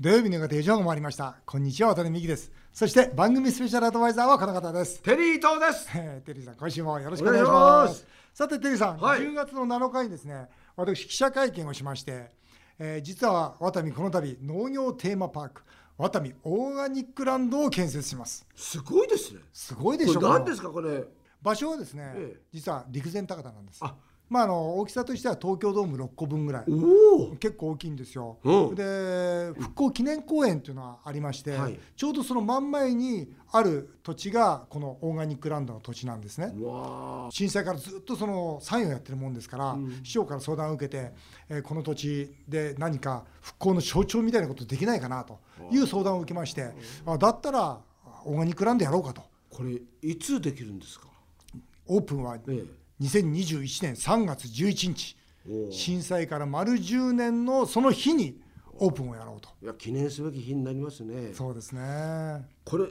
土曜日の方4時半もありましたこんにちは渡辺美希ですそして番組スペシャルアドバイザーはこの方ですテリー東です。えーテリーさん今週もよろしくお願いしますお願いしさてテリーさん、はい10月の7日にですね私記者会見をしまして、えー実はワタミこの度農業テーマパークワタミオーガニックランドを建設しますすごいですね。すごいでしょこれ何ですかかこれ。場所はですね、ええ実は陸前高田なんですあまああの大きさとしては東京ドーム6個分ぐらいおお。結構大きいんですよ、うんで復興記念公園というのはありまして、はいちょうどその真ん前にある土地がこのオーガニックランドの土地なんですね、わあ。震災からずっとそのサインをやってるもんですから、ん市長から相談を受けて、えーこの土地で何か復興の象徴みたいなことできないかなという相談を受けまして、あだったらオーガニックランドやろうかとこれいつできるんですか。オープンはえ2021年3月11日え。おお。い震災から丸10年のその日にオープンをやろうと。や記念すべき日になりますね。そうですね。あこれ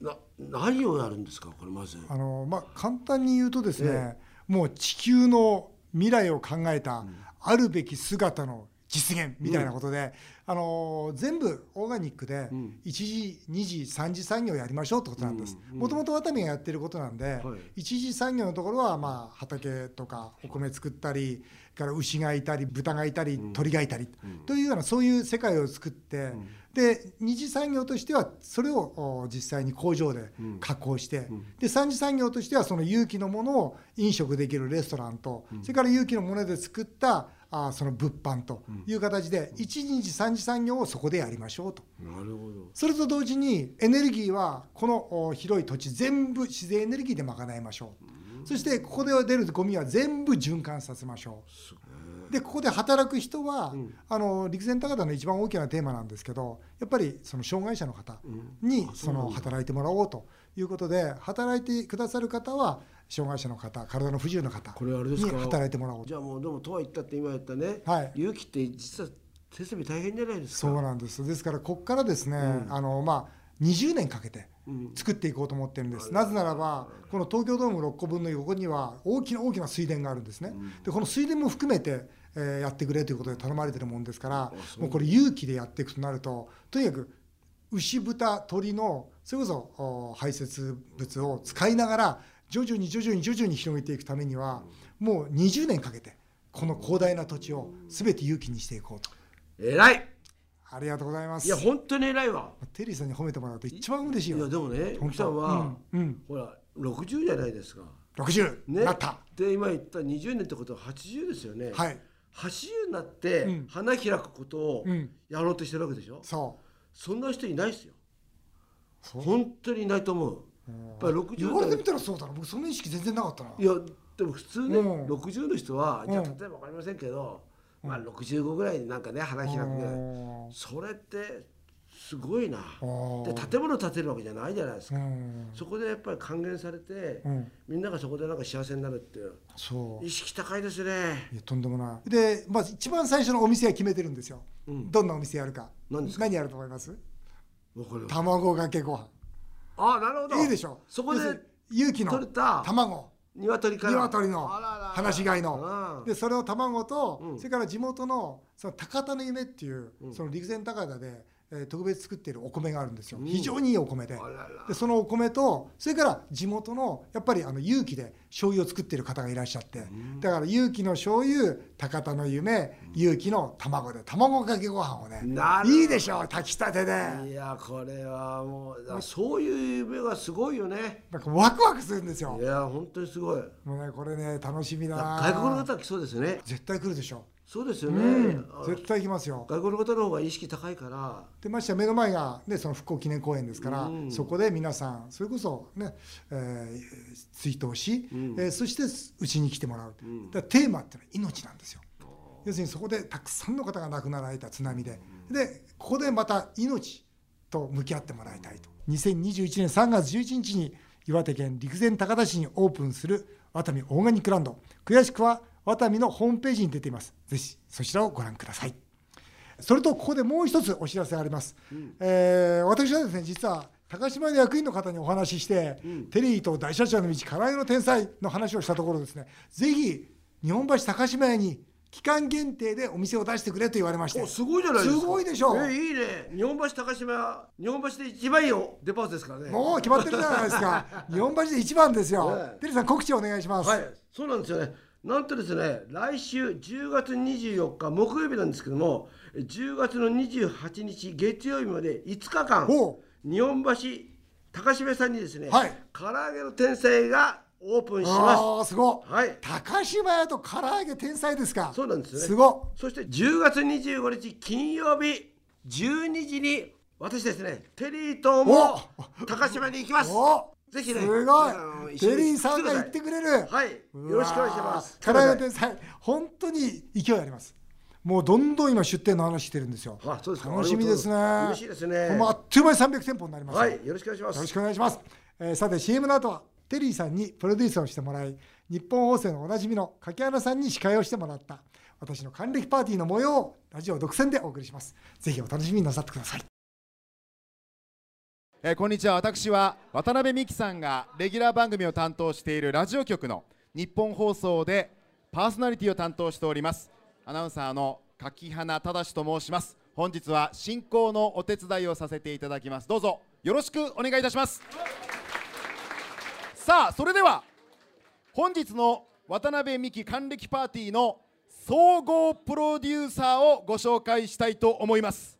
な何をやるんですかこれまず。のまあ簡単に言うとですね、えもう地球の未来を考えたあるべき姿の実現みたいなことで、あの全部オーガニックでうん1時、2時、3時産業やりましょうってことなんですうん。うんもともとワタミがやってることなんで、はい1次産業のところはまあ畑とかお米作ったり、から牛がいたり豚がいたり鳥がいたりというようなそういう世界を作って、で二次産業としてはそれをお実際に工場で加工して、で三次産業としてはその有機のものを飲食できるレストランと、それから有機のもので作ったあーその物販という形で、一次二次三次産業をそこでやりましょうと。なるほど。それと同時にエネルギーはこのお広い土地全部自然エネルギーで賄いましょう、そしてここで出るゴミは全部循環させましょすうでここで働く人は、あの陸前高田の一番大きなテーマなんですけどやっぱりその障害者の方にその働いてもらおうということで働いてくださる方は障害者の方体の不自由な方これあれですにか働いてもらおうじゃあもうでもとは言ったって今言ったね。はい勇気って実は手先大変じゃないですか。そうなんですですからここからですね、うんあのまあ、20年かけてうん作っていこうと思ってるんです、なぜならばこの東京ドーム6個分の横には大きな大きな水田があるんですね、でこの水田も含めて、えーやってくれということで頼まれてるもんですからそうもうこれ勇気でやっていくとなるととにかく牛豚鳥のそれこそお排泄物を使いながら徐々に徐々に徐々に広げていくためにはもう20年かけてこの広大な土地を全て勇気にしていこうと。偉い。ありがとうございます。いや本当に偉いわ。テリーさんに褒めてもらうと一番嬉しいいやよ。でもね、本当奥さんは、うんうんほら60じゃないですか。 60、ね、なった。で今言った20年ってことは80ですよね。はい。 80になってうん花開くことをうんやろうとしてるわけでしょ。そう。そんな人いないですよ。そう本当にいないと思う。やっぱり言われて60み代たらそうだな。僕その意識全然なかったな。いやでも普通ね、うん60の人はじゃあうん例えば分かりませんけど、まあ65ぐらいになんかね花開くぐらい。それってすごいな。であ建物建てるわけじゃないじゃないですあ。うか。ん。そこでやっぱり還元されて、うんみんながそこでなんか幸せになるっていうそう。意識高いですねいやとんでもない。で、まず一番最初のお店は決めてるんですよ。うんどんなお店やるか。何ですか何やると思います？わかる卵かけご飯。あなるほどいいでしょ。そこで要するに勇気取れのた卵。鶏から鶏のあららら放し飼いのうんでそれを卵うとんそれから地元のその高田の夢っていうその陸前高田でえー特別作ってるお米があるんですようん非常にいいお米であららでそのお米とそれから地元のやっぱりあの有機で醤油を作ってる方がいらっしゃってだから有機の醤油高田の夢有機の卵で卵かけご飯をねなるいいでしょう炊きたてでいやこれはもうあそういう夢がすごいよねなんかワクワクするんですよいや本当にすごいもうねこれね楽しみだな外国の方は来そうですね絶対来るでしょそうですよね、あの絶対来ますよ外国の方の方が意識高いからでましてや目の前が、ね、その復興記念公園ですから、うんそこで皆さんそれこそ、ねえー追悼し、うんえーそしてうちに来てもらう、んだからテーマっていうのは命なんですよ要するにそこでたくさんの方が亡くなられた津波ででここでまた命と向き合ってもらいたいと2021年3月11日に岩手県陸前高田市にオープンするワタミオーガニックランド詳しくはワタミのホームページに出ていますぜひそちらをご覧くださいそれとここでもう一つお知らせがあります、えー私はですね実は高島の役員の方にお話しして、テリーと大社長の道からの天才の話をしたところですねぜひ日本橋高島屋に期間限定でお店を出してくれと言われましておすごいじゃないですかすごいでしょえいいね日本橋高島日本橋で一番いいよデパートですからねもう決まってるじゃないです か日本橋で一番ですよねテリーさん告知お願いします、はい、そうなんですよね。なんとですね、来週10月24日木曜日なんですけども、10月の28日月曜日まで5日間、おう日本橋高島屋さんにですね、はい唐揚げの天才がオープンしまああすごす。はい、高島屋と唐揚げ天才ですかそうなんですよね。すごそして10月25日金曜日12時に私ですね、テリーとも高島に行きます。おぜひね、すあのごい一緒テにリーさんが言ってくれるはい、よろしくお願いします。唐揚げ天才本当に勢いありますもうどんどん今出店の話してるんですよあそうですか楽しみですね嬉しいですねもうあっという間に300店舗になりますよはい、よろしくお願いしまよろすし。くお願いします、えーさて CM の後はテリーさんにプロデュースをしてもらい日本放送のおなじみの柿原さんに司会をしてもらった私の還暦パーティーの模様をラジオ独占でお送りしますぜひお楽しみになさってくださいえーこんにちは私は渡辺美樹さんがレギュラー番組を担当しているラジオ局の日本放送でパーソナリティを担当しておりますアナウンサーの柿花忠と申します本日は進行のお手伝いをさせていただきますどうぞよろしくお願いいたしますさあそれでは本日の渡辺美樹還暦パーティーの総合プロデューサーをご紹介したいと思います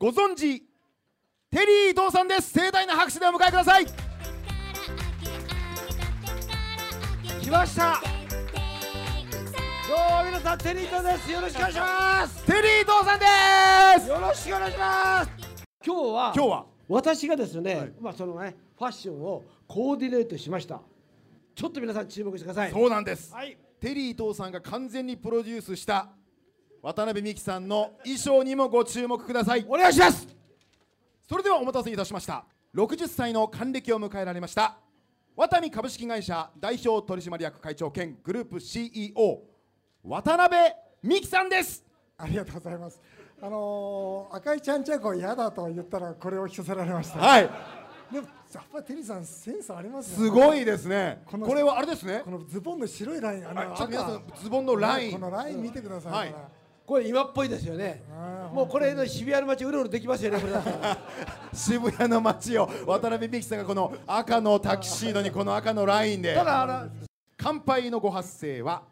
ご存知テリー伊藤さんです盛大な拍手でお迎えください来ました。どうも皆さん、テリートです。よろしくお願いします。テリー伊藤さんですよろしくお願いします。今日は。今日は私がですね、まあ、そのね、ファッションをコーディネートしました。ちょっと皆さん注目してください。そうなんです、はい。テリー伊藤さんが完全にプロデュースした渡辺美樹さんの衣装にもご注目くださいお願いします。それではお待たせいたしました60歳の還暦を迎えられましたワタミ株式会社代表取締役会長兼グループ CEO 渡辺美樹さんですありがとうございますあのー赤いちゃんちゃこ嫌だと言ったらこれを着させられましたはいでもやっぱりテリーさんセンスありますねすごいですねここのれはあれですねこのズボンの白いラインあのはいちょっと皆さん赤ズボンのラインこのライン見てください、はいこれこれ今っぽいですよね。もうこれの渋谷の街うろうろできますよね。これだったら 渋谷の街を渡辺美樹さんがこの赤のタキシードにこの赤のラインでただ、あの。乾杯のご発声は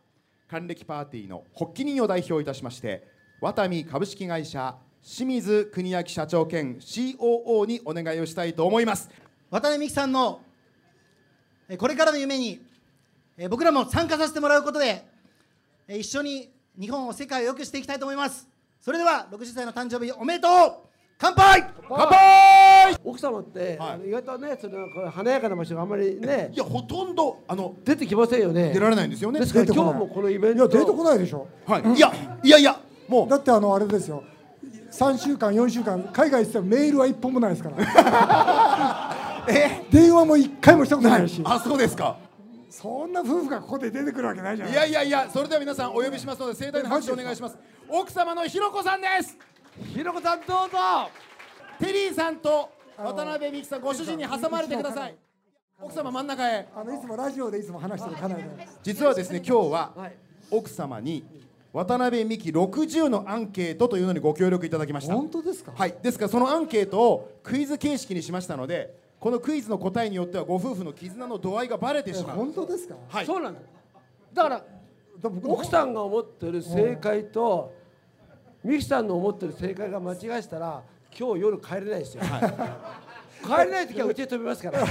還暦パーティーの発起人を代表いたしましてワタミ株式会社清水邦明社長兼 COO にお願いをしたいと思います渡辺美樹さんのえーこれからの夢にえー僕らも参加させてもらうことでえー一緒に日本を世界を良くしていきたいと思いますそれでは60歳の誕生日おめでとう乾杯乾杯奥様って、はいあの意外とね、そのこう華やかな場所があんまりねい。やほとんどあの 出てきませんよね。出られないんですよねですから出てこな今い日もこのイベンいトや出てこないでしょはい、いやいやいやもだってあのあれですよ3週間4週間海外行ってたらメールは1本もないですから 電話も1回もしたことないうしあそうですかそんな夫婦がここで出てくるわけないじゃないいやいやいやそれでは皆さんお呼びしますので盛大な拍手お願いします奥様のひろこさんですひろこさんどうぞ。テリーさんと渡辺美樹さんご主人に挟まれてください奥様真ん中へあのいつもラジオでいつも話してる家内で実はですね今日は奥様に渡辺美樹60のアンケートというのにご協力いただきました本当ですか、はいですからそのアンケートをクイズ形式にしましたのでこのクイズの答えによってはご夫婦の絆の度合いがバレてしまう本当ですかはいそうなんだ。だからだ僕奥さんが思ってる正解とミキさんの思ってる正解が間違えてたら今日夜帰れないですよ。 帰れない時はうちへ飛びますから。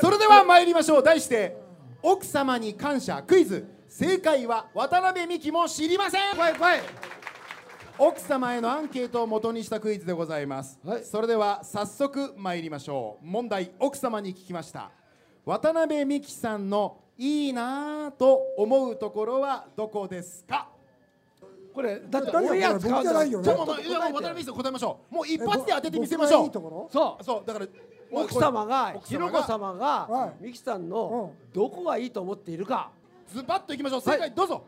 それでは参りましょう題して奥様に感謝クイズ正解は渡辺美樹も知りません怖い怖い。奥様へのアンケートを元にしたクイズでございます、はいそれでは早速参りましょう問題奥様に聞きました渡辺美樹さんのいいなぁと思うところはどこですかこれだって誰が俺や使うん僕じゃだないよよ。ねもうもういやもう渡辺美樹さん答えましょうもう一発で当ててみせまし僕がょういいとこそう。そうだからもう奥様が奥ひろこ様はがいミキさんのどこがいいと思っているか。ズバッといきましょう正解、どうぞろ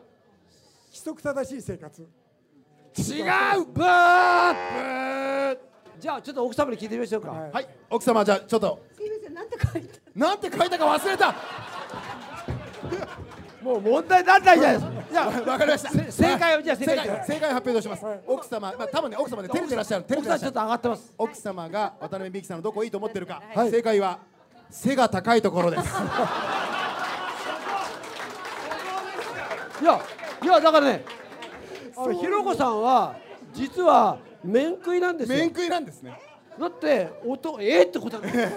規則正しい生活違うブーじゃあちょっと奥様に聞いてみましょうか。はいはい奥様じゃあちょっとすみません、なんて書いた。なんて書いたか忘れたもう問題になんないじゃないですか。じゃ あわかりましたせ正解をじゃあ正解正解正解発表とします奥様まあ多分ね奥様ね照れてらっしゃる照れ奥てらさっんしちゃるょっと上がってます奥様が渡辺美樹さんのどこいいと思ってるか、はい正解は背が高いところですいやいやだからねあのひろこさんは実は面食いなんですよ面食いなんですねだって男えー、ってこと なんですよ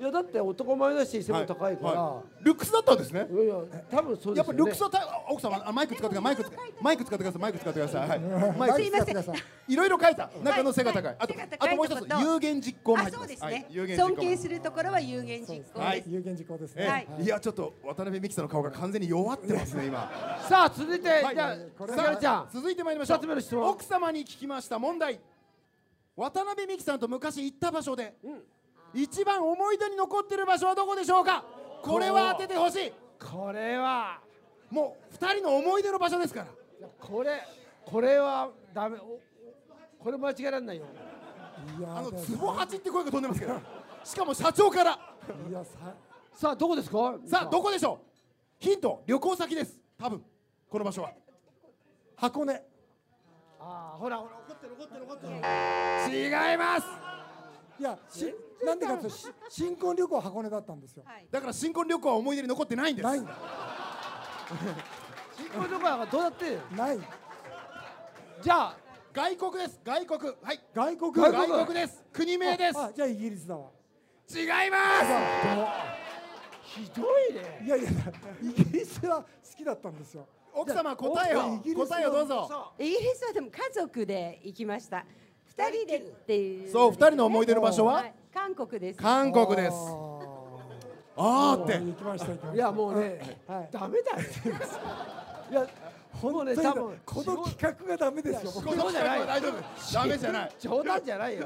いやだって男前だし背も高いから、はいルックスだったんですねい、やいや多分そうでやすよ、ね、っぱルックスはた奥様あマイク使ってくださいマイク使ってマイク使ってくださいマイク使ってください、はい、マイクすいません。いろいろ書いた中の背が高い、はいあと背が高いあともう一とつこと有言実行も入あ、ってそますうですはいね有言。実行尊も敬するところは有言実行です。有言実行ですね、はいええいやちょっと渡辺美樹さんの顔が完全に弱ってますね今さあ続いて、じゃあこされかりちゃん続いてまいりましょう二つ目の質問奥様に聞きました問題渡辺美樹さんと昔行った場所で、一番思い出に残ってる場所はどこでしょうかこれは当ててほしいこれはもう二人の思い出の場所ですからこれこれはダメおおこれ間違えられないよいやあのでもツボ八って声が飛んでますけどしかも社長からいやささあどこですかさあどこでしょうヒント旅行先です多分この場所は箱根ああほらほら怒ってる怒ってる怒ってる違いますいやしなんでかというとし新婚旅行箱根だったんですよ、はい。だから新婚旅行は思い出に残ってないんですないんだ新婚旅行がどうだってないじゃあ外国です外国はい外国外国です国名ですあじゃあイギリスだわ違いまひどいねいやいやイギリスは好きだったんですよす奥様答えおをイギリスの答えをどうぞイギリスはでも家族で行きました。二人でっていう。そう二人の思い出の場所はい韓国です。韓国ですあーっあて行きました行きましたいやもうね、はいダメだよいやもうねとに多か分くこの企画がダメですよこ僕仕事のじゃない企画は大丈夫ダメじゃない冗談じゃないよ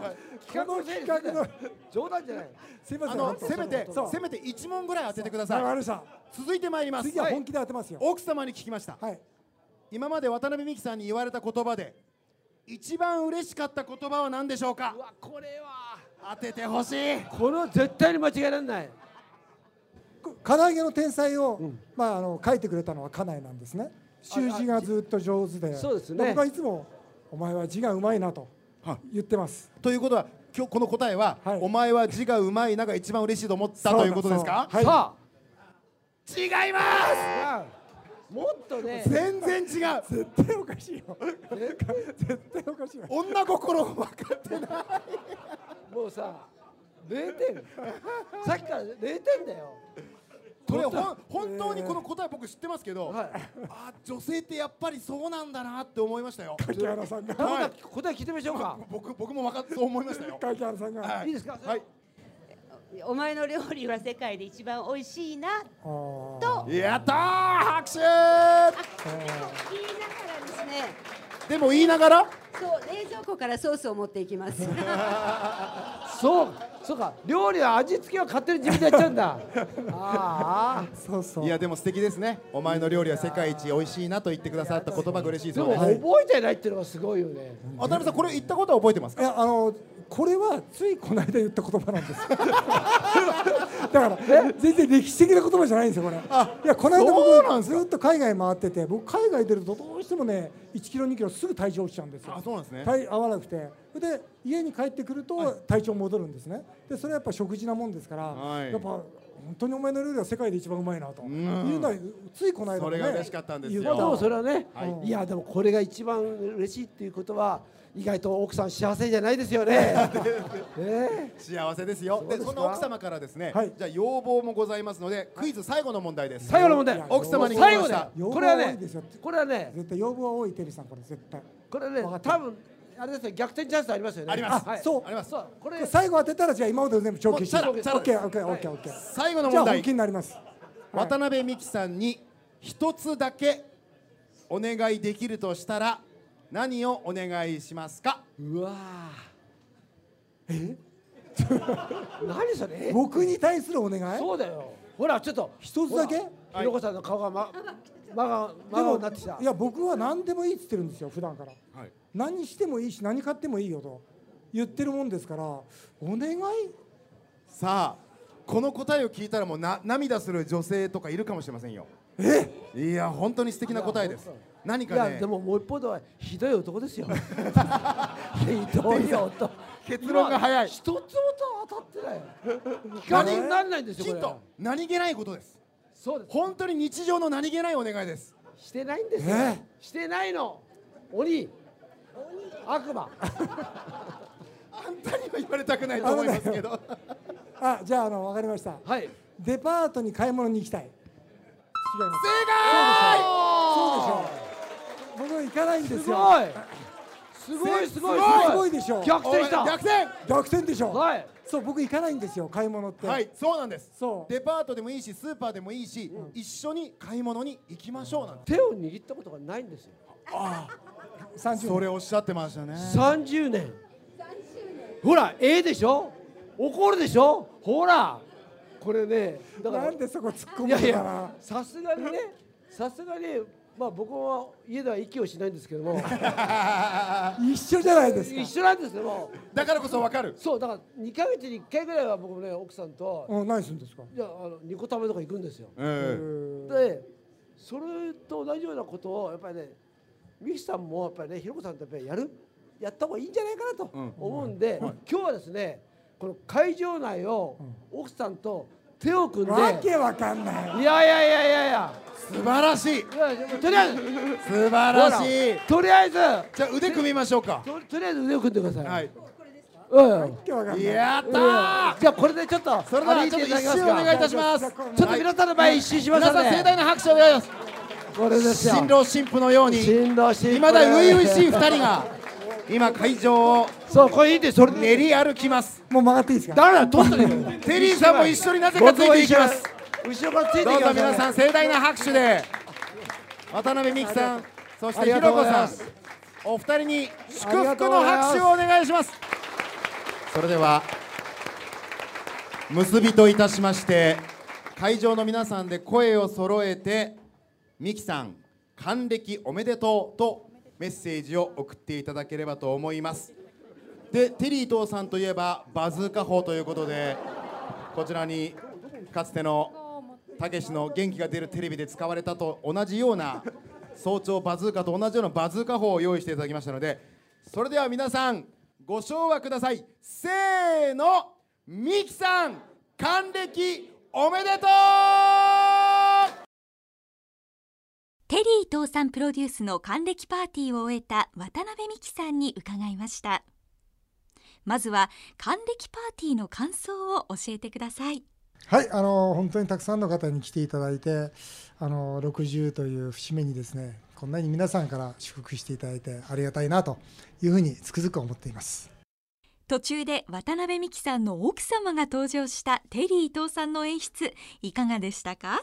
企画のせいにすんなよこの冗談じゃないすいませんあの本当せめてそうせめて一問ぐらい当ててくだわかさりいました続いてまいります次は本気で当てますよ奥様に聞きましたはい今まで渡辺美樹さんに言われた言葉で一番嬉しかった言葉は何でしょうかうわこれは当ててほしいこれは絶対に間違えられないこ唐揚げの天才を、まああの書いてくれたのは家内なんですね習字がずっと上手でそうですね僕はいつもお前は字がうまいなとはい言ってますということは今日この答えは、はいお前は字がうまいなが一番嬉しいと思ったということですかそうはさ違いますあもっとね全然違うい絶対おかしいよ 絶対おかしいよ女心分かってないもうさ0点 さっきから0点だよこれほん本当にこの答え僕知ってますけど、はいあ女性ってやっぱりそうなんだなって思いましたよ柿原さんがはい答え聞いてみましょうか僕僕も分かっそう思いましたよ柿原さんが、はいいですかはいお前の料理は世界で一番美味しいな。あーとやったー拍手言いながらですね。でも言いながらそう、冷蔵庫からソースを持っていき ます。そうそうか料理は味付けは勝手に自分でやっちゃ うんだあそうそういやでも素敵ですねお前の料理は世界一美味しいなと言ってくださった言葉が嬉しいそあでうもです覚えてないっていうのがすごいよね渡辺さんこれ言ったことは覚えてますいやあのこれはついこの間言った言葉なんです だから全然歴史的な言葉じゃないんですよこれいやこの間そうなん僕ですかずっと海外回ってて僕海外出るとどうしてもね1キロ2キロすぐ体重落ちちゃうんですよあそうなんですね体合わなくてで家に帰ってくると体調戻るんですねでそれはやっぱ食事なもんですから、はいやっぱ本当にお前の料理は世界で一番うまいなというのはついこの間も、ね、それが嬉しかったんですよ言まあでもたそれはね、はいい、やでもこれが一番嬉しいっていうことは意外と奥さん幸せじゃないですよねね幸せですよでその奥様からですね、はいじゃあ要望もございますのでクイズ最後の問題です最後の問い題や奥様に聞きま最し後ただ要望これは多ねいですよこれはね絶対要望は多いテリーさんこれ絶対これね多分あれですよ逆転チャンスありますよねありますはいそうありますそうこれ最後当てたらじゃあ今までの全部長期してもうチャラオッチケャーオッケーオッケーオッケー最後のじゃ問あ本題気になります渡辺美樹さんに一つだけお願いできるとしたら何をお願いしますかうわえ何それ僕に対するお願いそうだよほらちょっと一つだけほらひろこさんの顔がままがまがになってきたいや僕は何でもいいって言ってるんですよ普段からはい何してもいいし何買ってもいいよと言ってるもんですからお願いさあこの答えを聞いたらもうな涙する女性とかいるかもしれませんよいや本当に素敵な答えです何いかやねでももう一方ではひどい男ですよひどい男結論が早い一つもと当たってない光にならないんですよヒこンれト何気ないことですそうです本当に日常の何気ないお願いですしてないんですよ、えしてないの鬼悪魔あんたには言われたくないと思いますけどあじゃああの分かりましたはいデパートに買い物に行きたい違いますそうでしょう僕は行かないんですすよごいすごいすごいすごいでしょ逆転しおいた逆転逆転でしょはいそう僕行かないんですよ買い物って、はいそうなんですそうデパートでもいいしスーパーでもいいし、一緒に買い物に行きましょうなんて手を握ったことがないんですよ30それおっしゃってましたね30年ほらええでしょ怒るでしょほらこれねだからなんでそこ突っ込むいんだやないやさすがにねさすがにまあ僕は家では息をしないん ですけども一緒じゃないですか一緒なんですよもう だからこそわかるそうだから2ヶ月に1回ぐらいは僕もね奥さんと、うん何するんですかじゃああのニコタメとか行くんですようんでそれと同じようなことをやっぱりねミキさんもやっぱりねひろこさんとやっぱりやるやった方がいいんじゃないかなと思うんで、今日はですねこの会場内を奥さんと手を組んで、わけわかんないいやいやいやいやいや素晴らしいいやとりあえず素晴らしいとりあえずじゃあ腕組みましょうかととりあえず腕を組んでください、はいうんわけわかんないやったーじゃあこれでちょっとそれでは歩いちょってといただ一けま周すおか願いいたしますちょっと皆さんの前一周しま皆しょさうん盛大ねな拍手をお願いしまこれですすよ新郎新婦のように未新郎新婦だ初々しい2人が今会場をそうこれいいんでそれで練り歩きますもう曲がっていいですかだから取っとれよテリーさんも一緒になぜかついていきます後ろからついていきどうまぞす皆さん盛大な拍手で渡辺美樹さんそしてあひりろがとうごこざいさまんすお二人に祝ありが福とうのございます拍手をお願いしますそれでは結びといたしまして会場の皆さんで声を揃えて美樹さん還暦おめでとうとメッセージを送っていただければと思いますでテリー伊藤さんといえばバズーカ砲ということでこちらにかつてのたけしの元気が出るテレビで使われたと同じような早朝バズーカと同じようなバズーカ砲を用意していただきましたのでそれでは皆さんご唱和くださいせーのミキさん還暦おめでとうテリー伊藤さんプロデュースの還暦パーティーを終えた渡辺美樹さんに伺いましたまずは還暦パーティーの感想を教えてくださいはい、あの本当にたくさんの方に来ていただいて、あの60という節目にですね、こんなに皆さんから祝福していただいてありがたいなというふうにつくづく思っています。途中で渡辺美樹さんの奥様が登場したテリー伊藤さんの演出いかがでしたか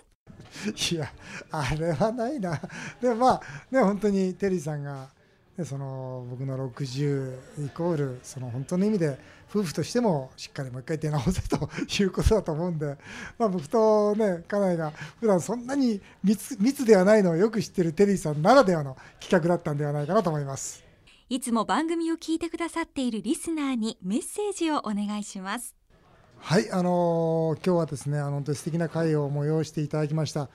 いや、あれはないな。でもまあね本当にテリーさんが、ね、その僕の60イコールその本当の意味で夫婦としてもしっかりもう一回出直せということだと思うんで、まあ僕とね家内が普段そんなに密密ではないのをよく知ってるテリーさんならではの企画だったんではないかなと思います。いつも番組を聞いてくださっているリスナーにメッセージをお願いしますはい、あのー今日はですね、あの本当に素敵な会を催していただきました。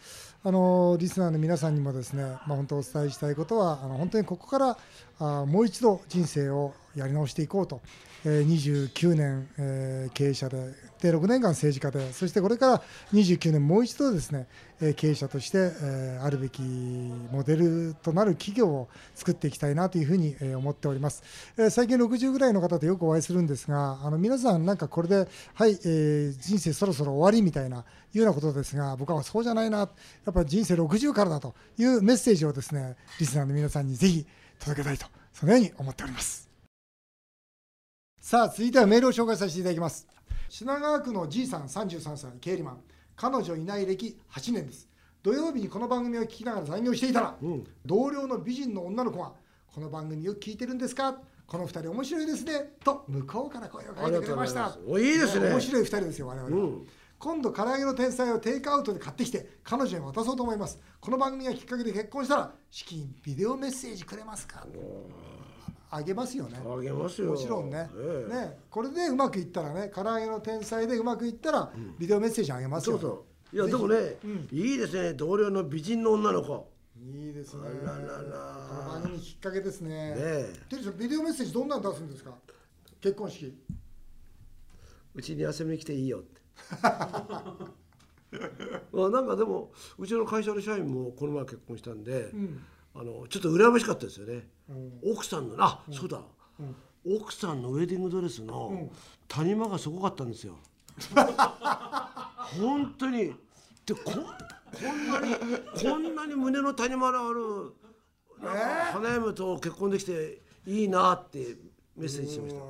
あのーリスナーの皆さんにもですね、まあ本当お伝えしたいことは、あの本当にここからあーもう一度人生をやり直していこうと、えー29年、えー経営者で、で6年間政治家で、そしてこれから29年もう一度ですね、えー経営者として、えーあるべきモデルとなる企業を作っていきたいなというふうに、えー思っております、えー最近60ぐらいの方とよくお会いするんですがあの皆さんなんかこれではい、えー人生そろそろ終わりみたいないうようなことですが僕はそうじゃないなやっぱり人生60からだというメッセージをですねリスナーの皆さんにぜひ届けたいとそのように思っておりますさあ続いてはメールを紹介させていただきます品川区のじいさん33歳経理マン彼女いない歴8年です土曜日にこの番組を聞きながら残業していたら、同僚の美人の女の子が「この番組を聞いてるんですかこの二人面白いですね」と向こうから声をかけてくれましたおいいですね面白い二人ですよ我々は、今度唐揚げの天才をテイクアウトで買ってきて彼女に渡そうと思いますこの番組がきっかけで結婚したら至近ビデオメッセージくれますかあげますよねあげますよもちろんね,、ええねこれでうまくいったらね唐揚げの天才でうまくいったらビデオメッセージあげますよ、ねそういやでもね、うんいいですね同僚の美人の女の子いいですね。あらららこの番組きっかけですね。ねえテリーさんビデオメッセージどんなの出すんですか。結婚式。うちに遊びに来ていいよって あなんかでもうちの会社の社員もこの前結婚したんで、あのちょっと羨ましかったですよね、奥さんのあ、そうだ、奥さんのウェディングドレスの谷間がすごかったんです よ本当にでここんなにこんなに胸の谷間のあるなんか花嫁と結婚できていいなってメッセージしました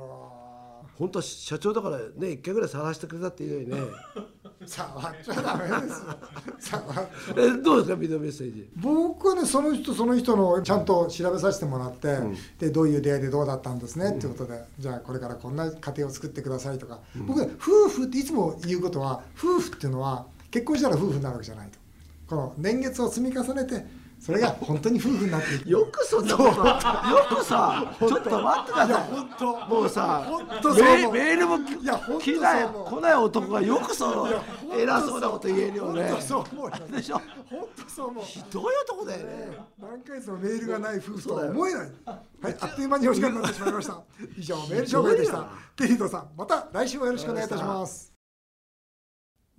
本当は社長だからね一回ぐらい晒してくれたっていうのにね 触っちゃダメですよ。触っえどうですかビデオメッセージ僕はねその人その人のちゃんと調べさせてもらって、でどういう出会いでどうだったんですね、っていうことでじゃあこれからこんな家庭を作ってくださいとか、僕ね夫婦っていつも言うことは夫婦っていうのは結婚したら夫婦になるわけじゃないとこの年月を積み重ねてそれが本当に夫婦になっていくよくそんなことよくさちょっと待ってくだいやさ本当いもうさ本当そうメ思うメールもいや本当来ないそう思う来ない男がよくそのいや本当そう偉そうなこと言えるよね本当そう思うよでしょ本当そう思うどういう男だよね何回そのメールがない夫婦とは思えない。はい、あっという間にお時間になってしまいました。以上メール紹介でした。テリーとさん、また来週もよろしくお願いいたします。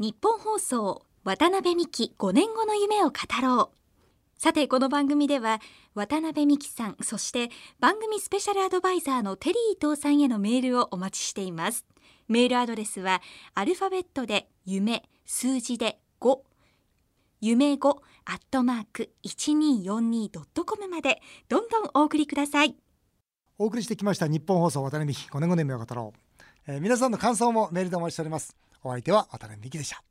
日本放送渡辺美希5年後の夢を語ろうさてこの番組では渡辺美希さんそして番組スペシャルアドバイザーのテリー伊藤さんへのメールをお待ちしていますメールアドレスはアルファベットで夢数字で5夢5アットマーク 1242.com までどんどんお送りくださいお送りしてきました日本放送渡辺美希5年5年目を語ろう、えー皆さんの感想もメールでお待ちしておりますお相手は渡辺美希でした